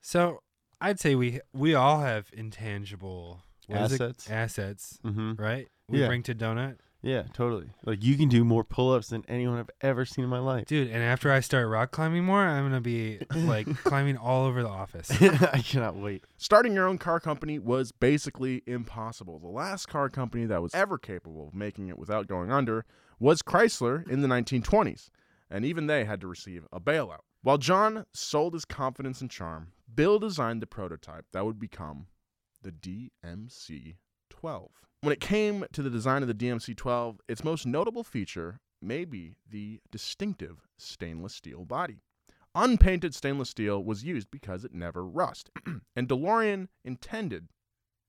S4: So I'd say we we all have intangible what is it?
S3: Assets.
S4: Assets,
S3: Mm-hmm.
S4: right? We
S3: Yeah.
S4: bring to donut,
S3: Yeah, totally. Like you can do more pull-ups than anyone I've ever seen in my life.
S4: dude. And after I start rock climbing more, I'm gonna be like climbing all over the office.
S3: I cannot wait.
S2: Starting your own car company was basically impossible. The last car company that was ever capable of making it without going under was Chrysler in the 1920s, and even they had to receive a bailout. While John sold his confidence and charm, Bill designed the prototype that would become the DMC 12. When it came to the design of the DMC 12, its most notable feature may be the distinctive stainless steel body. Unpainted stainless steel was used because it never rust, and DeLorean intended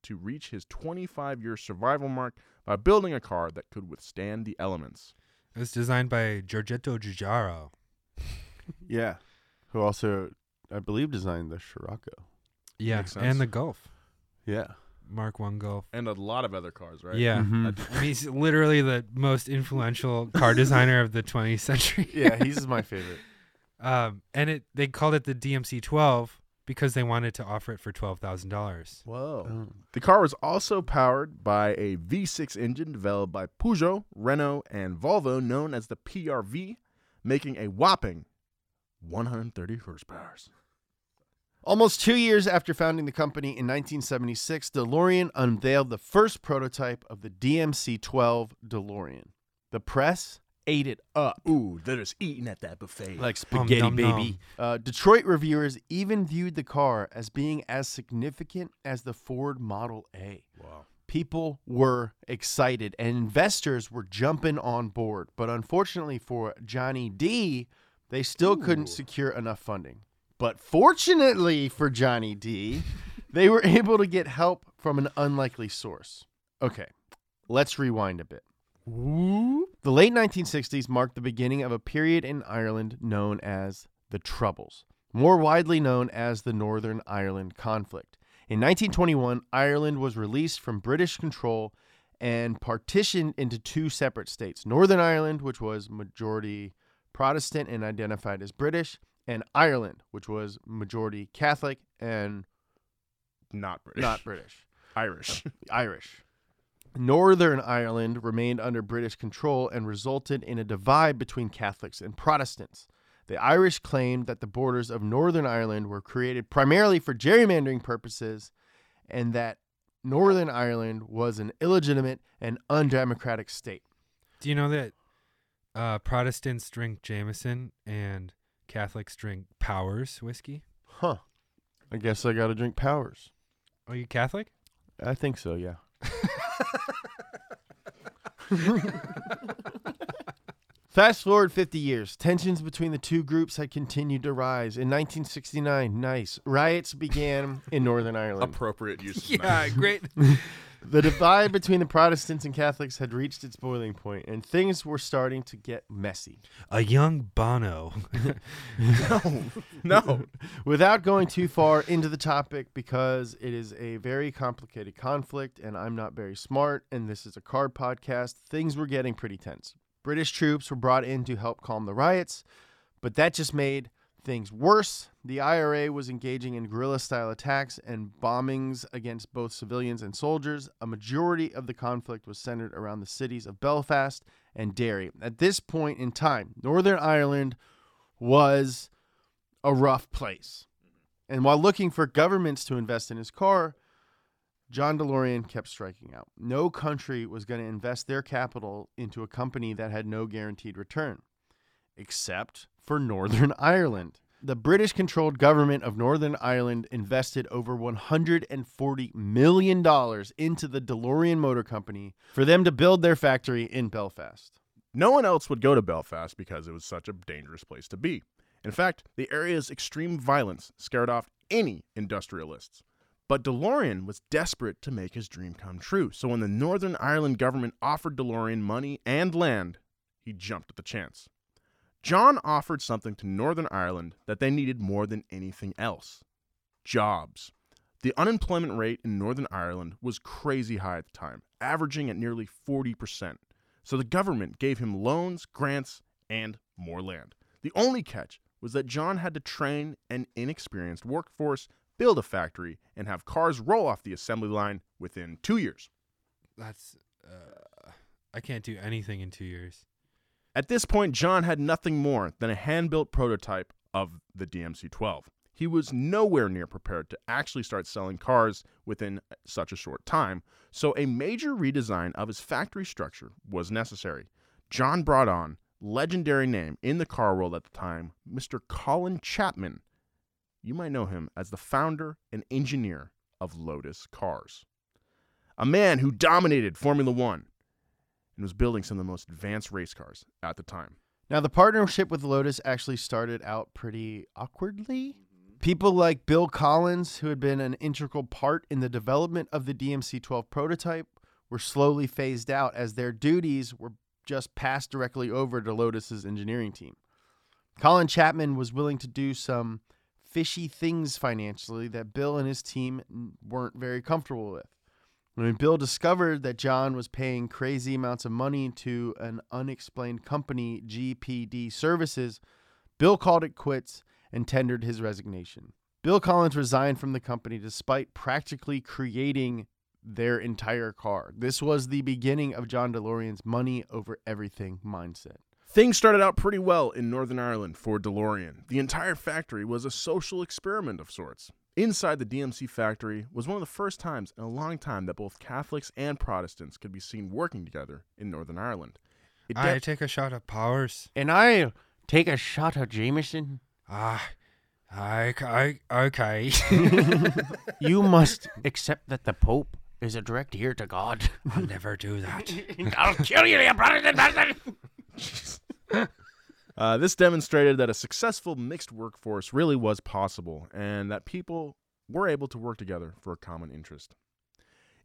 S2: to reach his 25 year survival mark by building a car that could withstand the elements.
S4: It was designed by Giorgetto Giugiaro.
S3: Yeah. Who also, I believe, designed the Scirocco.
S4: Yeah,
S2: Makes sense.
S4: and the Golf,
S3: Yeah.
S4: Mark One Golf.
S2: And a lot of other cars, right?
S4: Yeah,
S3: Mhm.
S4: I mean he's literally the most influential car designer of the 20th century.
S3: Yeah, he's my favorite.
S4: um, and it they called it the DMC 12 because they wanted to offer it for twelve thousand dollars.
S2: Whoa.
S3: Oh.
S2: The car was also powered by a V6 engine developed by Peugeot, Renault, and Volvo, known as the PRV, making a whopping 130 horsepower.
S3: Almost two years after founding the company in 1976, DeLorean unveiled the first prototype of the DMC 12 DeLorean. The press ate it up
S2: Ooh, they're just eating at that buffet.
S3: like
S4: Om
S3: spaghetti,
S4: nom nom.
S3: baby. Uh, Detroit reviewers even viewed the car as being as significant as the Ford Model A.
S2: wow.
S3: People were excited and investors were jumping on board. But unfortunately for Johnny D, they still couldn't secure enough funding. But fortunately for Johnny D, they were able to get help from an unlikely source. Okay, let's rewind a bit. The late 1960s marked the beginning of a period in Ireland known as the Troubles, more widely known as the Northern Ireland conflict. In 1921, Ireland was released from British control and partitioned into two separate states Northern Ireland, which was majority Protestant and identified as British, and Ireland, which was majority Catholic and
S2: Not British.
S3: not British.
S2: Irish.
S3: Irish. Northern Ireland remained under British control and resulted in a divide between Catholics and Protestants. The Irish claimed that the borders of Northern Ireland were created primarily for gerrymandering purposes and that Northern Ireland was an illegitimate and undemocratic state.
S4: Do you know that uh, Protestants drink Jameson and Catholics drink Powers whiskey?
S3: Huh. I guess I got to drink Powers.
S4: Are you Catholic?
S3: I think so, yeah. Fast forward 50 years, tensions between the two groups had continued to rise. In 1969, nice, riots began in Northern Ireland.
S2: Appropriate use of
S4: great.
S3: The divide between the Protestants and Catholics had reached its boiling point, and things were starting to get messy.
S4: A young Bono.
S2: No.
S3: Without going too far into the topic, because it is a very complicated conflict, and I'm not very smart, and this is a card podcast, things were getting pretty tense. British troops were brought in to help calm the riots, but that just made things worse. The IRA was engaging in guerrilla style attacks and bombings against both civilians and soldiers. A majority of the conflict was centered around the cities of Belfast and Derry. At this point in time, Northern Ireland was a rough place. And while looking for governments to invest in his car, John DeLorean kept striking out. No country was going to invest their capital into a company that had no guaranteed return, except for Northern Ireland. The British controlled government of Northern Ireland invested over $140 million into the DeLorean Motor Company for them to build their factory in Belfast.
S2: No one else would go to Belfast because it was such a dangerous place to be. In fact, the area's extreme violence scared off any industrialists. But DeLorean was desperate to make his dream come true, so when the Northern Ireland government offered DeLorean money and land, he jumped at the chance. John offered something to Northern Ireland that they needed more than anything else jobs. The unemployment rate in Northern Ireland was crazy high at the time, averaging at nearly 40%. So the government gave him loans, grants, and more land. The only catch was that John had to train an inexperienced workforce, build a factory, and have cars roll off the assembly line within two years.
S4: That's uh, I can't do anything in two years.
S2: At this point, John had nothing more than a hand built prototype of the DMC 12. He was nowhere near prepared to actually start selling cars within such a short time, so a major redesign of his factory structure was necessary. John brought on legendary name in the car world at the time, Mr. Colin Chapman. You might know him as the founder and engineer of Lotus Cars, a man who dominated Formula One and was building some of the most advanced race cars at the time.
S3: Now, the partnership with Lotus actually started out pretty awkwardly. People like Bill Collins, who had been an integral part in the development of the DMC 12 prototype, were slowly phased out as their duties were just passed directly over to Lotus's engineering team. Colin Chapman was willing to do some fishy things financially that Bill and his team n- weren't very comfortable with. When Bill discovered that John was paying crazy amounts of money to an unexplained company, GPD Services, Bill called it quits and tendered his resignation. Bill Collins resigned from the company despite practically creating their entire car. This was the beginning of John DeLorean's money over everything mindset.
S2: Things started out pretty well in Northern Ireland for DeLorean. The entire factory was a social experiment of sorts. Inside the DMC factory was one of the first times in a long time that both Catholics and Protestants could be seen working together in Northern Ireland. It
S4: I
S2: de-
S4: take a shot of powers.
S3: And I take a shot of Jameson.
S4: Ah, I, I okay.
S3: You must accept that the Pope is a direct heir to God.
S4: I'll never do that.
S3: I'll kill you, you Protestant bastard!
S2: Uh, this demonstrated that a successful mixed workforce really was possible and that people were able to work together for a common interest.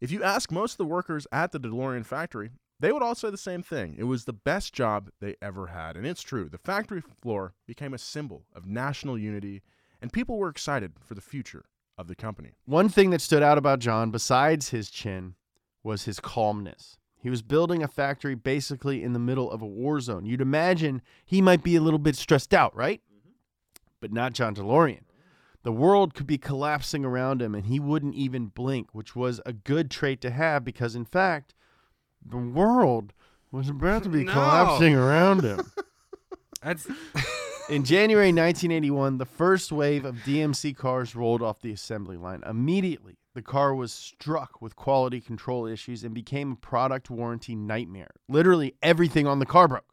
S2: If you ask most of the workers at the DeLorean factory, they would all say the same thing. It was the best job they ever had. And it's true. The factory floor became a symbol of national unity, and people were excited for the future of the company.
S3: One thing that stood out about John, besides his chin, was his calmness. He was building a factory basically in the middle of a war zone. You'd imagine he might be a little bit stressed out, right? But not John DeLorean. The world could be collapsing around him and he wouldn't even blink, which was a good trait to have because, in fact, the world was about to be
S4: No.
S3: collapsing around him.
S4: That's
S3: In January 1981, the first wave of DMC cars rolled off the assembly line. Immediately, the car was struck with quality control issues and became a product warranty nightmare. Literally everything on the car broke.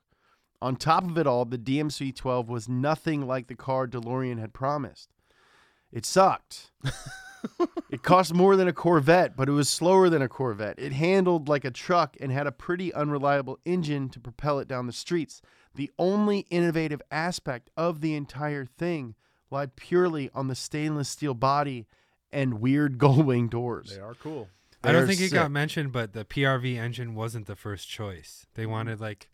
S3: On top of it all, the DMC 12 was nothing like the car DeLorean had promised. It sucked. it cost more than a Corvette, but it was slower than a Corvette. It handled like a truck and had a pretty unreliable engine to propel it down the streets. The only innovative aspect of the entire thing lied purely on the stainless steel body and weird gold wing doors.
S2: are cool.
S4: I don't
S3: They're
S4: think it
S3: sick.
S4: got mentioned, but the PRV engine wasn't the first choice.
S3: Mm.
S4: They wanted like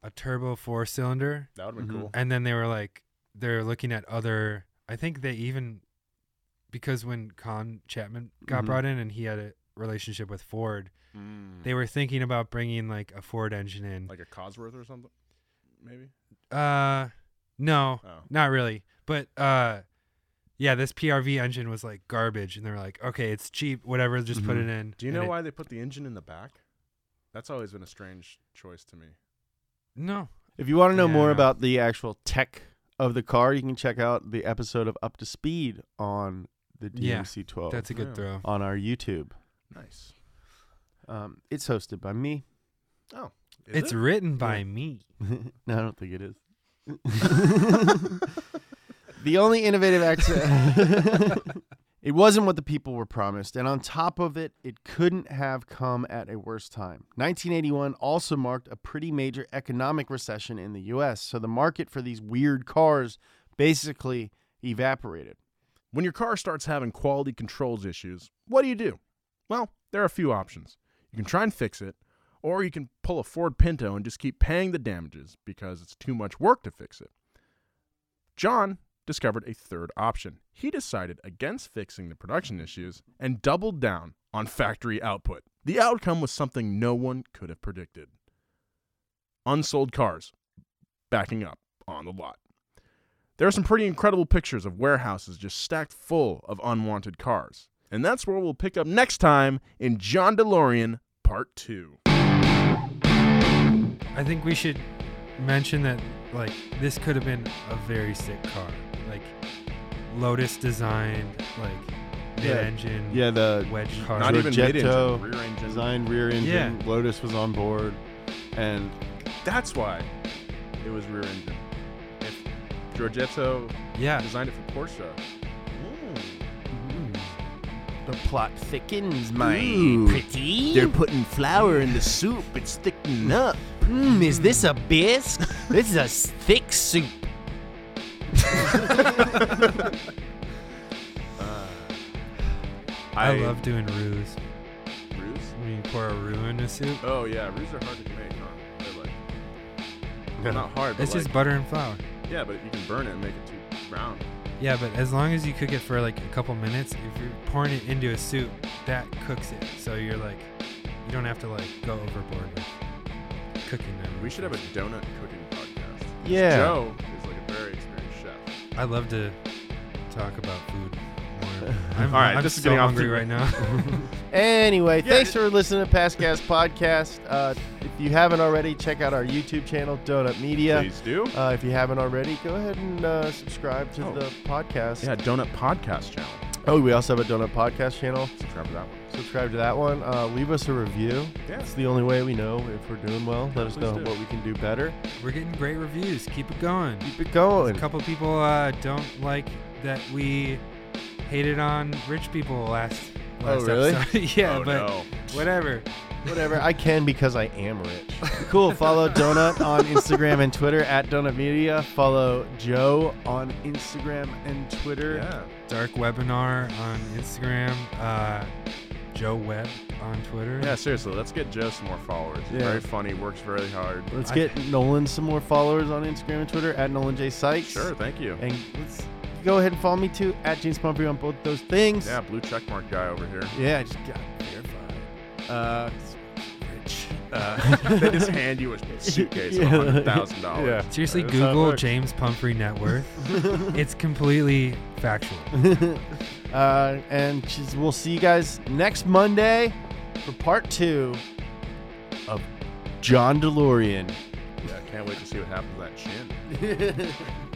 S4: a turbo four cylinder,
S2: That would have been cool.
S4: and then they were like they're looking at other. I think they even because when Con Chapman got
S3: Mhm.
S4: brought in and he had a relationship with Ford, they
S3: Mm.
S4: were thinking about bringing like a Ford engine in.
S2: Like a Cosworth or something, maybe?
S4: Uh, no,
S2: Oh.
S4: not really. But uh, yeah, this PRV engine was like garbage, and they're like, okay, it's cheap, whatever, just put it in.
S2: Mm-hmm. Do you
S4: And
S2: know
S4: it-
S2: why they put the engine in the back? That's always been a strange choice to me.
S4: No,
S3: If you want to know more
S4: Yeah.
S3: about the actual tech of the car, you can check out the episode of Up to Speed on the
S4: Yeah,
S3: DMC 12
S4: That's a good
S2: Oh, yeah.
S4: throw.
S3: on our YouTube.
S2: Nice.
S3: Um, it's hosted by me.
S2: Oh, is
S4: It's
S2: it?
S4: written by me.
S3: no, I don't think it is. the only innovative accent. it wasn't what the people were promised, and on top of it, it couldn't have come at a worse time. 1981 also marked a pretty major economic recession in the U.S., so the market for these weird cars basically evaporated.
S2: When your car starts having quality controls issues, what do you do? Well, there are a few options. You can try and fix it, or you can pull a Ford Pinto and just keep paying the damages because it's too much work to fix it. John discovered a third option. He decided against fixing the production issues and doubled down on factory output. The outcome was something no one could have predicted unsold cars backing up on the lot. There are some pretty incredible pictures of warehouses just stacked full of unwanted cars. And that's where we'll pick up next time in John DeLorean Part 2.
S4: I think we should mention that like this could have been a very sick car. Like Lotus designed, like mid engine,
S3: the
S4: wedge car.
S2: Not even
S3: Giorgetto
S2: mid-engine, rear engine.
S3: designed rear engine.
S4: Yeah.
S3: Lotus was on board, and
S2: That's why it was rear engine. If Giorgetto
S4: yeah.
S2: designed it for Porsche. hmm.
S3: the plot thickens,
S2: my
S3: pretty.
S2: putting flour in the soup. It's thickening up.
S3: Mmm, is this a bisque? this is a thick soup.
S4: I, love doing roux.
S2: Ruse.
S4: When you pour a roux in a soup,
S2: Oh, yeah. Ruse are hard to make, huh? They're like, well, not hard, but
S4: it's just
S2: like-
S4: butter and flour.
S2: yeah, but you can burn it and make it too brown.
S4: Yeah, but as long as you cook it for like a couple minutes, if you're pouring it into a soup, that cooks it. So you're like, you don't have to like go overboard with cooking them.
S2: We should have a donut cooking podcast.
S3: Yeah.
S2: Joe is like a very experienced chef.
S4: I love to talk about food more. I'm,
S2: All right,
S4: I'm
S2: this is
S4: so
S2: getting off
S4: hungry
S2: the-
S4: right now.
S3: Anyway,
S2: Yeah,
S3: thanks
S2: it-
S3: for listening to Past Gas Podcast. Uh, if you haven't already, check out our YouTube channel, Donut Media.
S2: Please do.
S3: Uh, if you haven't already, go ahead and uh, subscribe to
S2: Oh.
S3: the podcast.
S2: Yeah, Donut Podcast Channel.
S3: Oh, we also have a Donut Podcast channel.
S2: Subscribe to that one.
S3: Subscribe to that one. Uh, leave us a review.
S2: Yeah.
S3: It's the only way we know if we're doing well. Let us
S2: Please
S3: know
S2: do.
S3: what we can do
S2: Oh,
S3: better.
S4: We're getting great reviews. Keep it going.
S3: Keep it
S4: A
S3: going.
S4: couple people uh, don't like that we hated on rich people last.
S3: Oh,
S4: last
S3: really?
S4: episode. yeah,
S2: Oh,
S4: but
S2: no.
S4: whatever.
S3: Whatever. I can because I am rich. Cool. Follow Donut on Instagram and Twitter at Donut Media. Follow Joe on Instagram and Twitter.
S2: Yeah.
S4: Dark webinar on Instagram. Uh, Joe Webb on Twitter.
S2: Yeah, seriously, let's get Joe some more followers. He's
S3: Yeah.
S2: Very funny, works very hard.
S3: Let's
S4: I-
S3: get Nolan some more followers on Instagram and Twitter at Nolan J Sykes.
S2: Sure, thank you.
S3: And let's go ahead and follow me too at James Pumphrey on both those things.
S2: Yeah, blue checkmark guy over here.
S3: Yeah, I just got verified. Uh, rich.
S2: Uh, they just hand you a suitcase
S3: Yeah.
S2: of $100,000.
S3: Yeah.
S4: Seriously,
S3: That's how it
S4: Google
S3: works.
S4: James Pumphrey net worth. it's completely factual.
S3: uh, and she's- we'll see you guys next Monday for part two of John DeLorean.
S2: Yeah, can't wait to see what happens to that chin.